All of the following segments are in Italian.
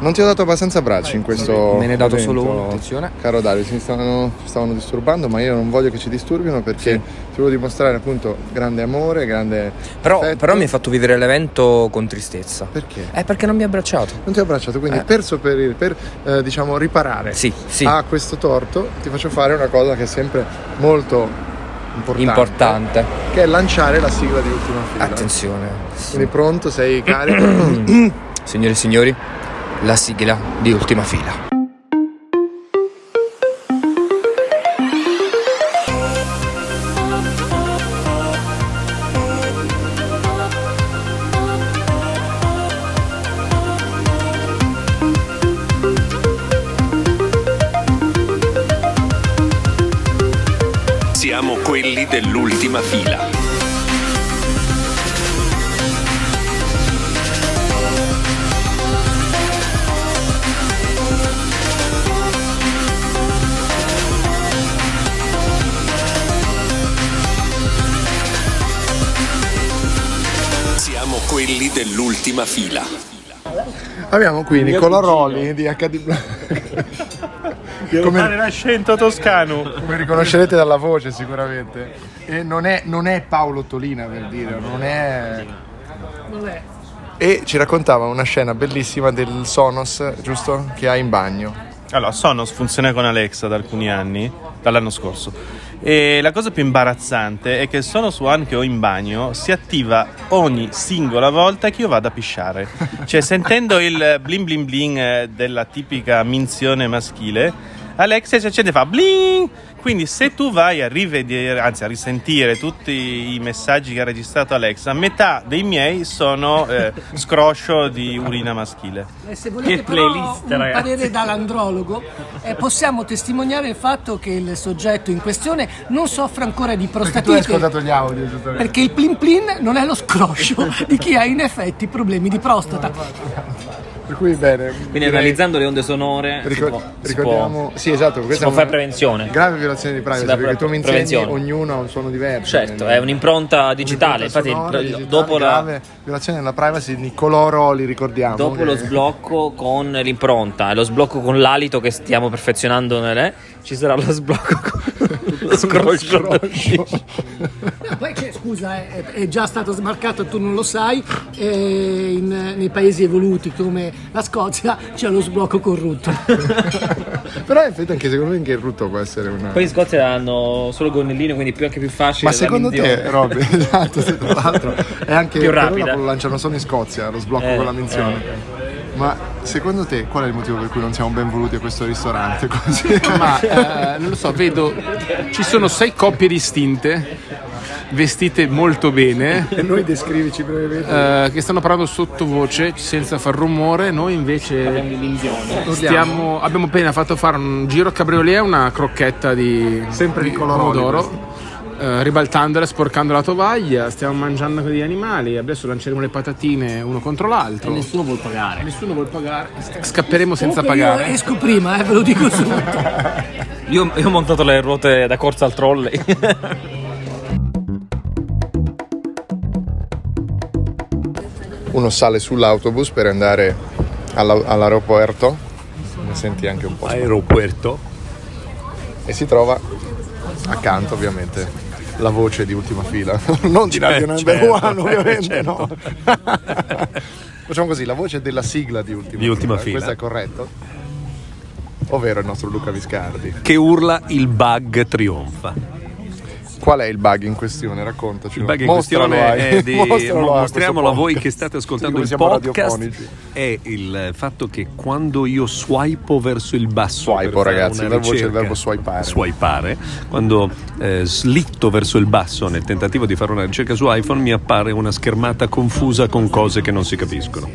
Non ti ho dato abbastanza bracci in questo. Me ne hai dato solo momento. uno, attenzione. Caro Dario, ci stavano, ci stavano disturbando, ma io non voglio che ci disturbino perché Sì. ti volevo dimostrare appunto grande amore, grande. Però, affetto. però mi hai fatto vivere l'evento con tristezza. Perché? Eh, perché non mi ha abbracciato? Non ti ho abbracciato, quindi Eh. per sopperire, per eh, diciamo riparare Sì, sì. a questo torto, ti faccio fare una cosa che è sempre molto importante, importante. che è lanciare la sigla di ultima fila. Attenzione. Quindi pronto, sei carico? Signore e signori, la sigla di ultima fila. Siamo quelli dell'ultima fila. Siamo quelli dell'ultima fila. Abbiamo qui Nicola Rolli di HD Blanc. come, fare l'accento toscano. Come riconoscerete dalla voce sicuramente. E non è, non è Paolo Tolina per dire, non è... E ci raccontava una scena bellissima del Sonos, giusto? Che ha in bagno. Allora, Sonos funziona con Alexa da alcuni anni, dall'anno scorso. E la cosa più imbarazzante è che il Sonos One che ho in bagno si attiva ogni singola volta che io vado a pisciare. Cioè, sentendo il bling bling bling eh, della tipica minzione maschile, Alexa si accende e fa bling. Quindi, se tu vai a rivedere, anzi a risentire tutti i messaggi che ha registrato Alexa, metà dei miei sono eh, scroscio di urina maschile. Eh, Se volete Che però playlist, un ragazzi. parere dall'andrologo, eh, possiamo testimoniare il fatto che il soggetto in questione non soffre ancora di Perché tu hai prostatite. ascoltato gli audio, giustamente. perché il plin plin non è lo scroscio di chi ha in effetti problemi di prostata. Per cui bene. Quindi analizzando le onde sonore si può- Ricor- si può, ricordiamo... Sì, esatto. si Questa può è fare una prevenzione. Grave violazione di privacy, Si dà perché tu mi insegni, prevenzione. ognuno ha un suono diverso. Certo, Quindi- è un'impronta digitale, Un'impronta infatti il- sonora, il- digitale, dopo, la- grave violazione della privacy di Nicolò Rolli, ricordiamo. dopo lo che- sblocco con l'impronta e lo sblocco con l'alito che stiamo perfezionando nelle, ci sarà lo sblocco con lo scroscio. No, Poi che, scusa, eh, è, è già stato smarcato, tu non lo sai, eh, in- nei paesi evoluti come la Scozia c'è lo sblocco corrotto. Però in effetti anche secondo me anche il rutto può essere una... Poi in Scozia hanno solo il gonnellino, quindi più, anche più facile. Ma la secondo te, minzione. Robby, esatto, sì, tra l'altro è anche Più per ora rapida. lo lanciano solo in Scozia, lo sblocco Eh, con la menzione. Ma secondo te qual è il motivo per cui non siamo benvoluti a questo ristorante? Così? Ma eh, non lo so, vedo ci sono sei coppie distinte vestite molto bene E noi descrivici brevemente. eh, che stanno parlando sottovoce senza far rumore, noi invece stiamo- abbiamo appena fatto fare un giro cabriolet a una crocchetta di Sempre di Nicolò pomodoro, Roli, eh, ribaltandola, sporcando la tovaglia, stiamo mangiando con gli animali, adesso lanceremo le patatine uno contro l'altro. nessuno vuol pagare. Nessuno vuol pagare. Scapperemo senza Comunque io pagare. esco prima, eh, ve lo dico subito. Io, io ho montato le ruote da corsa al trolley. Uno sale sull'autobus per andare alla- all'aeroporto, ne senti anche un po', Aeropuerto. e si trova accanto ovviamente la voce di ultima fila, non di Radio Number certo, One ovviamente, certo. no. Facciamo così, la voce della sigla di ultima, Di Ultima Fila. questo è corretto? Ovvero il nostro Luca Viscardi. Che urla il bug trionfa. Qual è il bug in questione? Raccontaci. Il bug in questione è di mostriamolo a voi che state ascoltando il podcast è il fatto che quando io swipo verso il basso Swipo, per fare ragazzi, una la voce è il ricerca- verbo swipare. swipare, quando eh, slitto verso il basso nel tentativo di fare una ricerca su iPhone mi appare una schermata confusa con cose che non si capiscono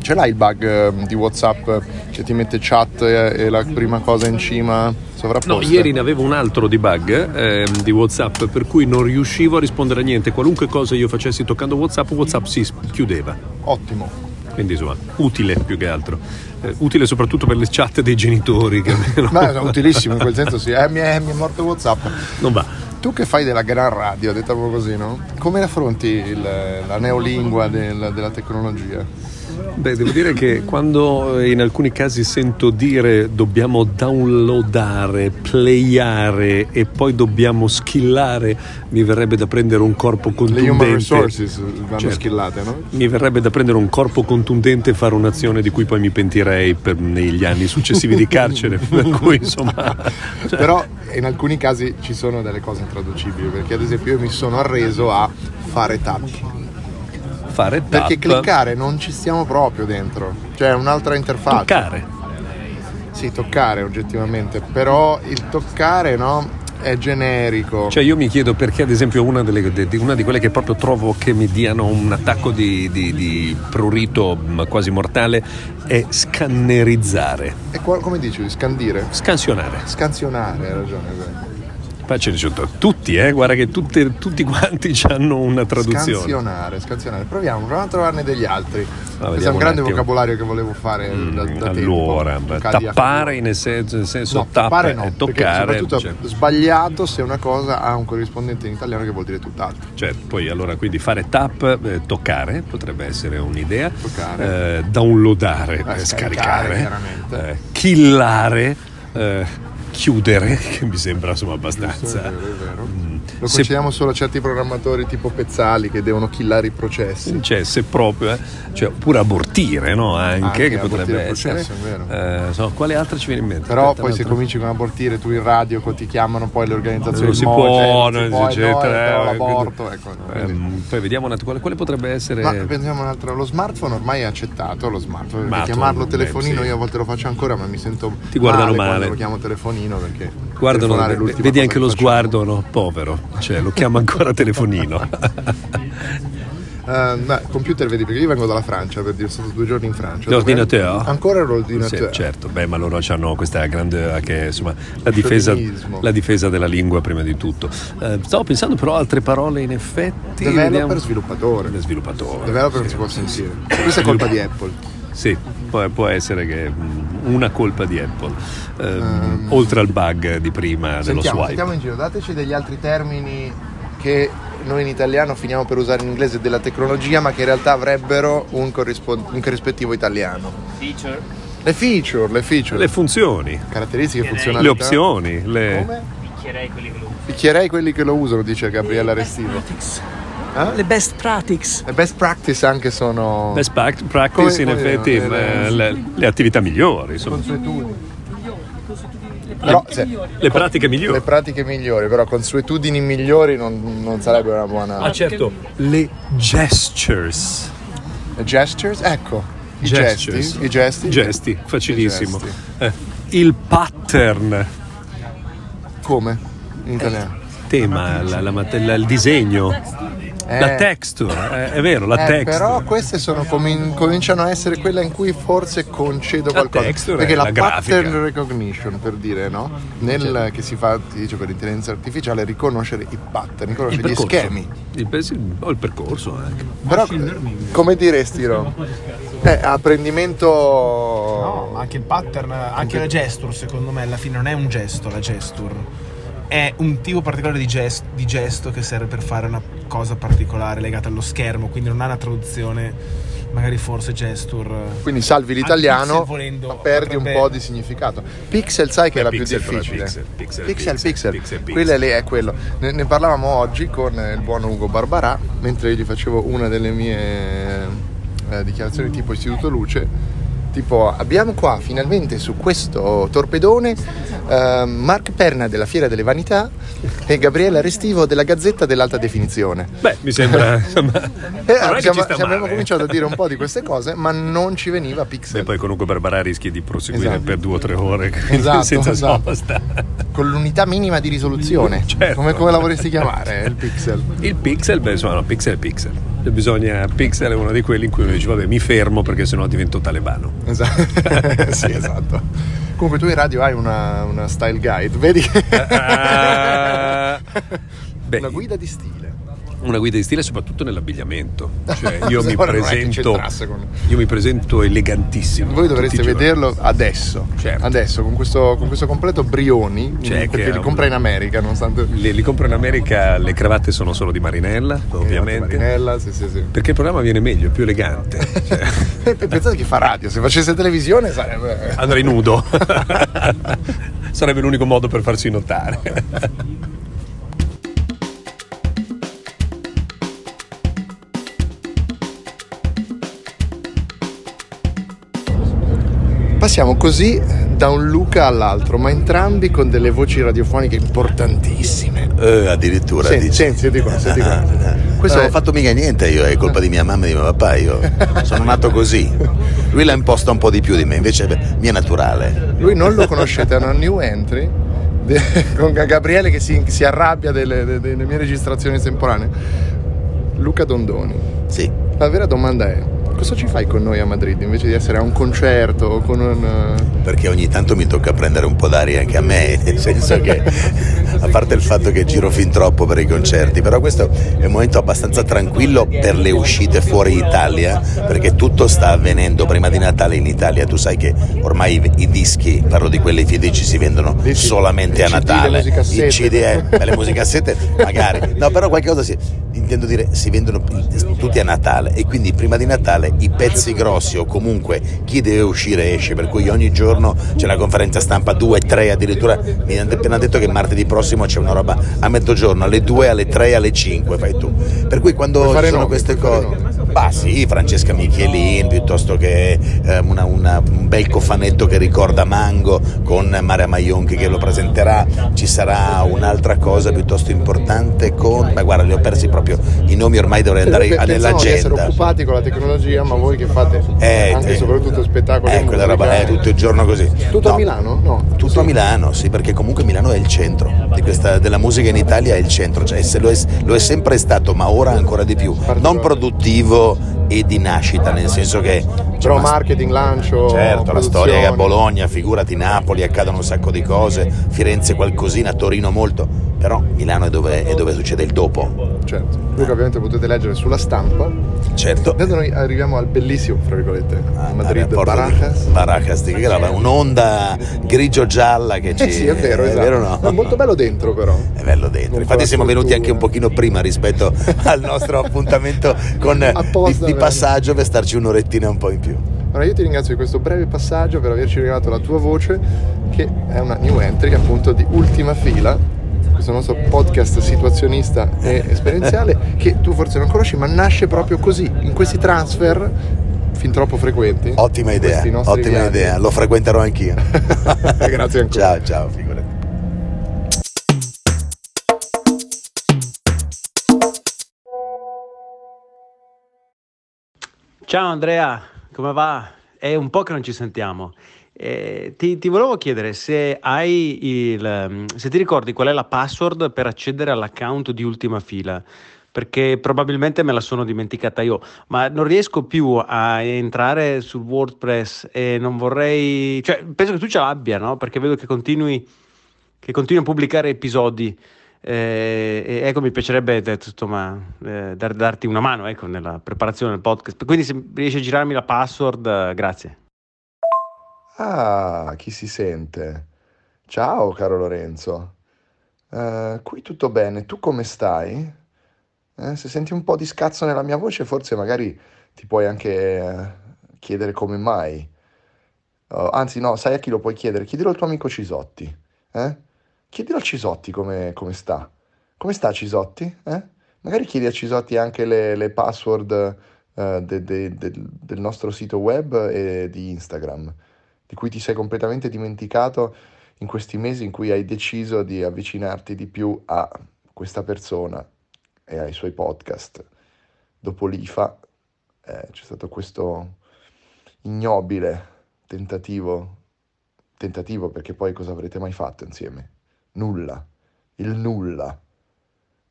Ce l'hai il bug eh, di Whatsapp eh, che ti mette chat eh, e la prima cosa in cima No, sovrapposta? ieri ne avevo un altro di bug ehm, di WhatsApp per cui non riuscivo a rispondere a niente. Qualunque cosa io facessi toccando WhatsApp, WhatsApp si s- chiudeva. Ottimo. Quindi insomma, utile più che altro. Eh, utile soprattutto per le chat dei genitori che almeno- Ma è utilissimo in quel senso sì. Eh, mi, è, mi è morto Whatsapp. non va. Tu che fai della gran radio, detto proprio così, no? Come affronti il- la neolingua del- della tecnologia? Beh, devo dire che quando eh, in alcuni casi sento dire dobbiamo downloadare, playare e poi dobbiamo skillare, mi verrebbe da prendere un corpo Le human contundente. resources vanno Certo. skillate, no? Mi verrebbe da prendere un corpo contundente e fare un'azione di cui poi mi pentirei per- negli anni successivi di carcere. per cui insomma. Certo. Però in alcuni casi ci sono delle cose intraducibili, perché ad esempio io mi sono arreso a fare tappi. fare tap, Perché cliccare non ci stiamo proprio dentro. Cioè è un'altra interfaccia. toccare. Sì, toccare oggettivamente, però il toccare no, è generico. Cioè io mi chiedo perché ad esempio una, delle- de- di, una di quelle che proprio trovo che mi diano un attacco di, di- di prurito mh, quasi mortale è scannerizzare, E qua- come dici, scandire? scansionare. Scansionare, hai ragione. Poi ce ne sono tutti, eh? guarda che tutte- tutti quanti hanno una traduzione. Ah, Scansionare, scansionare. Proviamo, proviamo a trovarne degli altri. Questo è vediamo un un grande attimo. Mm, vocabolario che volevo fare da, da tempo. Allora, Tocca di- tappare nel senso, nel senso No, tappa tappare no, è perché toccare. soprattutto cioè, sbagliato se una cosa ha un corrispondente in italiano che vuol dire tutt'altro. cioè, poi allora quindi fare tap, eh, toccare potrebbe essere un'idea. Toccare. Eh, downloadare, Eh, eh, scaricare, scaricare. chiaramente. eh, killare. eh, chiudere, che mi sembra insomma abbastanza. È vero. Lo Mm. Se- concediamo solo a certi programmatori tipo Pezzali che devono killare i processi. Cioè, se proprio, eh, cioè, oppure abortire, no? Anche, Anche che potrebbe abortire il essere. processo, è Eh, insomma, quale altra ci viene in mente? Però Aspetta, poi se un'altra. cominci con abortire tu in radio, co- ti chiamano poi le organizzazioni Non Eh, si mo- può, cioè, non si non si- può, eh, no, eccetera, eh, però eh, l'aborto, quindi- ecco. quindi- Ehm, poi vediamo un attimo quale, quale potrebbe essere. Ma pensiamo un altro, lo smartphone ormai è accettato, lo smartphone, perché Eh, Smartphone, chiamarlo beh, telefonino sì. io a volte lo faccio ancora ma mi sento Ti guardano quando male. lo chiamo telefonino perché Guardano, telefonare è ve- l'ultima vedi cosa anche che lo facciamo. sguardo, no? Povero, cioè lo chiama ancora telefonino. Eh, ma computer vedi perché io vengo dalla Francia per dire sono stato due giorni in Francia. L'ordinatore? Dove- Ancora l'ordinatore. oh? Sì, certo, beh, ma loro hanno questa grande anche, insomma, la difesa, Sciovinismo. la difesa della lingua prima di tutto. Eh, stavo pensando però a altre parole in effetti. Developer vediamo- sviluppatore. Sviluppatore. Developer non si può sentire. Questa è colpa di Apple. Sì, poi può essere che mh, una colpa di Apple, ehm, oltre al bug di prima dello Sentiamo, swipe. sentiamo in giro, dateci degli altri termini che noi in italiano finiamo per usare in inglese della tecnologia, ma che in realtà avrebbero un, corrispon- un corrispettivo italiano. Feature. Le feature, le feature. Le funzioni, caratteristiche funzionali. le opzioni, le... Come? Picchierei quelli che lo Picchierei quelli che lo usano, dice Gabriella Restivo. Le best practices. Le best practice anche sono Best prac- Come- practice in come effetti dire, eh, eh, le, le attività migliori, insomma, consuetudini. Però, se- le pratiche migliori. le pratiche migliori, però consuetudini migliori non, non sarebbe una Ah buona. certo, le gestures. Gestures? Ecco. I Gestures. gesti. I gesti. Gesti, facilissimo. I gesti. Eh, il pattern, Come? In italiano. tema, la- la mat- la- il disegno, la Eh. texture, eh, è vero, la Eh, texture. però queste sono comin- cominciano a essere quelle in cui forse concedo La qualcosa. texture perché è la, la grafica. Certo. pattern recognition, per dire, no? Nel che si fa, si dice per l'intelligenza artificiale, riconoscere i pattern, riconoscere gli percorso. schemi. Il, pe- sì, o il percorso anche. Però come diresti Ro? Eh, apprendimento. No, ma anche il pattern, anche la gesture, secondo me, alla fine non è un gesto, la gesture. È un tipo particolare di, gest- di gesto che serve per fare una cosa particolare legata allo schermo, quindi non ha una traduzione, magari forse gesture. Quindi salvi Al l'italiano, pixel volendo, ma perdi un potrebbe- po' di significato. Pixel, sai che è la più pixel, però, difficile. pixel, pixel, pixel, pixel, pixel. pixel, pixel. Quella lì è quello. Ne, ne parlavamo oggi con eh, il buon Ugo Barbarà, mentre gli facevo una delle mie eh, dichiarazioni tipo Istituto Luce. Tipo, abbiamo qua finalmente su questo torpedone eh, Mark Perna della Fiera delle Vanità e Gabriele Restivo della Gazzetta dell'Alta Definizione. Beh, mi sembra. insomma, Eh, non è siamo- che ci sta siamo- abbiamo male. cominciato a dire un po' di queste cose, ma non ci veniva E Pixel. poi comunque Barbara rischi di proseguire Esatto. per due o tre ore quindi Esatto, senza esatto. sosta. Con l'unità minima di risoluzione. Certo. Come, come la vorresti chiamare il pixel? Il pixel, beh, insomma, no, pixel è pixel. Cioè, Bisogna, pixel è uno di quelli in cui uno dice, vabbè, mi fermo perché sennò divento talebano. Esatto. sì, esatto. Comunque tu in radio hai una, una style guide, vedi? Ah, Eh, beh, una guida di stile. una guida di stile soprattutto nell'abbigliamento. Cioè, io, mi Ora non è che presento, c'entrasse con- io mi presento elegantissimo. Voi tutti dovreste i giorni. vederlo adesso, Certo. adesso con questo, con questo completo Brioni, Cioè, che perché è li un- compra in America, nonostante Le- Li, compro in America, le cravatte sono solo di marinella, ovviamente. Eh, Marinella, sì, sì, sì. Perché il programma viene meglio, è più elegante. Cioè, Pensate che fa radio, se facesse televisione sarebbe... andrei nudo. Sarebbe l'unico modo per farsi notare. Passiamo così da un Luca all'altro, ma entrambi con delle voci radiofoniche importantissime. Eh, addirittura Senti, dici. Eh. senti, senti qua, senti qua. Questo Questo non è- ho fatto mica niente io, è colpa di mia mamma e di mio papà, io sono nato così. Lui l'ha imposta un po' di più di me, invece beh, mi è naturale. Lui non lo conoscete, è una new entry de- con Gabriele che si, si arrabbia delle, de- delle mie registrazioni estemporanee. Luca Dondoni, Sì. la vera domanda è, cosa ci fai con noi a Madrid invece di essere a un concerto o con un... eh, Perché ogni tanto mi tocca prendere un po' d'aria anche a me, nel senso che, a parte il fatto che giro fin troppo per i concerti, però questo è un momento abbastanza tranquillo per le uscite fuori Italia, perché tutto sta avvenendo prima di Natale in Italia. Tu sai che ormai i, i dischi, parlo di quelli fisici, si vendono Sì, sì. solamente I a CD, le Natale. musicassette. I CD, eh, beh, le musicassette magari. No, però qualcosa sì. Intendo dire, si vendono tutti a Natale e quindi prima di Natale i pezzi grossi o comunque chi deve uscire esce, per cui ogni giorno c'è una conferenza stampa, due, tre addirittura. Mi hanno appena detto che martedì prossimo c'è una roba a mezzogiorno, alle 2, alle 3, alle 5 fai tu. Per cui quando fare ci sono nomi, queste puoi fare cose... Bah sì, Francesca Michelin piuttosto che eh, una- una- un bel cofanetto che ricorda Mango con Maria Maionchi che lo presenterà, ci sarà un'altra cosa piuttosto importante con... Ma guarda, li ho persi proprio i nomi, ormai dovrei andare Pensavo di essere nell'agenda. occupati con la tecnologia, ma voi che fate Eh, anche e te- soprattutto spettacoli... Eh, quella roba è musicali. tutto il giorno così. Tutto a No, Milano? No. Tutto a Milano, sì, perché comunque Milano è il centro di questa- della musica in Italia, è il centro, cioè, se lo, è, lo è sempre stato, ma ora ancora di più. Non produttivo e di nascita, nel senso che c'è Però una- marketing, lancio... Certo, la storia è che a produzioni. Bologna, figurati Napoli, accadono un sacco di cose, Firenze qualcosina, Torino molto, però Milano è dove, è dove succede il dopo. Certo. Luca ovviamente potete leggere sulla stampa. Certo. Adesso noi arriviamo al bellissimo, fra virgolette, Madrid Porto- Barajas. Barajas, Ah, di che era un'onda grigio-gialla che ci... Eh sì, è vero, esatto. vero o Ma no? Eh, È molto bello dentro però. È bello dentro. Con Infatti siamo quella venuti anche un struttura. pochino prima rispetto al nostro appuntamento con, di, Apposta, di vero. passaggio per starci un'orettina un po' in più. Allora io ti ringrazio di questo breve passaggio per averci regalato la tua voce, che è una new entry appunto di ultima fila. Questo nostro podcast situazionista e esperienziale, che tu forse non conosci, ma nasce proprio così, in questi transfer fin troppo frequenti. Ottima idea, Questi nostri ottima viaggi. idea, lo frequenterò anch'io. Grazie ancora. Ciao, ciao, figurati. Ciao Andrea, come va? È un po' che non ci sentiamo. Eh, ti, ti volevo chiedere se hai il, mm, se ti ricordi qual è la password per accedere all'account di ultima fila, perché probabilmente me la sono dimenticata io, ma non riesco più a entrare sul WordPress e non vorrei, cioè penso che tu ce l'abbia, no? Perché vedo che continui, che continui a pubblicare episodi. Eh, e ecco, mi piacerebbe eh, insomma, eh, dar- darti una mano ecco, nella preparazione del podcast. Quindi, se riesci a girarmi la password, eh, grazie. Ah, chi si sente? Ciao, caro Lorenzo. Eh, qui tutto bene, tu come stai? Eh, se senti un po' di scazzo nella mia voce, forse magari ti puoi anche eh, chiedere come mai. Oh, anzi, no, sai a chi lo puoi chiedere? Chiedilo al tuo amico Cisotti. eh? Chiedilo a Cisotti come, come sta. Come sta Cisotti? eh? Magari chiedi a Cisotti anche le, le password eh, de- de- del- del nostro sito web e di Instagram di cui ti sei completamente dimenticato in questi mesi in cui hai deciso di avvicinarti di più a questa persona e ai suoi podcast. Dopo l'IFA eh, c'è stato questo ignobile tentativo, tentativo perché poi cosa avrete mai fatto insieme? Nulla, il nulla.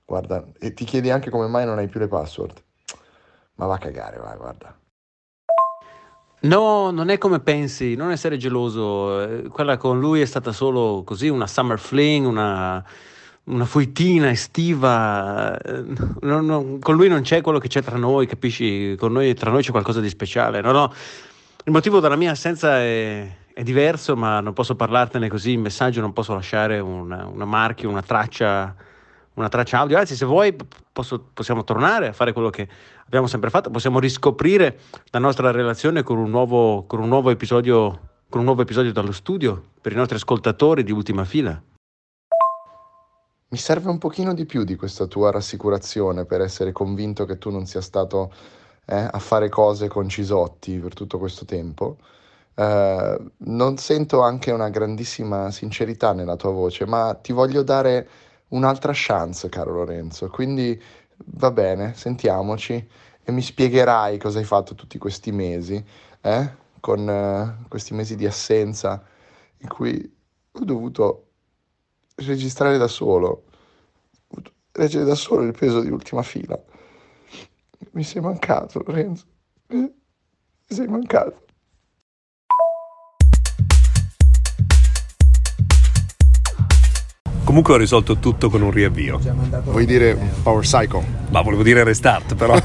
Guarda, e ti chiedi anche come mai non hai più le password. Ma va a cagare, vai, guarda. No, non è come pensi, non essere geloso. eh, Quella con lui è stata solo così una summer fling, una, una foitina estiva, eh, non- non- con lui non c'è quello che c'è tra noi, capisci? Con noi, tra noi c'è qualcosa di speciale. No, no. Il motivo della mia assenza è, è diverso, ma non posso parlartene così in messaggio, non posso lasciare una, una marchio, una traccia, una traccia audio. Anzi, se vuoi p- posso- possiamo tornare a fare quello che abbiamo sempre fatto, possiamo riscoprire la nostra relazione con un nuovo, con un nuovo episodio con un nuovo episodio dallo studio per i nostri ascoltatori di ultima fila. Mi serve un pochino di più di questa tua rassicurazione per essere convinto che tu non sia stato eh, a fare cose con Cisotti per tutto questo tempo. Eh, non sento anche una grandissima sincerità nella tua voce, ma ti voglio dare un'altra chance, caro Lorenzo. Quindi va bene, sentiamoci e mi spiegherai cosa hai fatto tutti questi mesi, eh? con eh, questi mesi di assenza in cui ho dovuto registrare da solo, reggere da solo il peso di ultima fila. Mi sei mancato, Lorenzo. Mi mi sei mancato. Comunque ho risolto tutto con un riavvio. Vuoi dire Power Psycho? Ma volevo dire restart, però.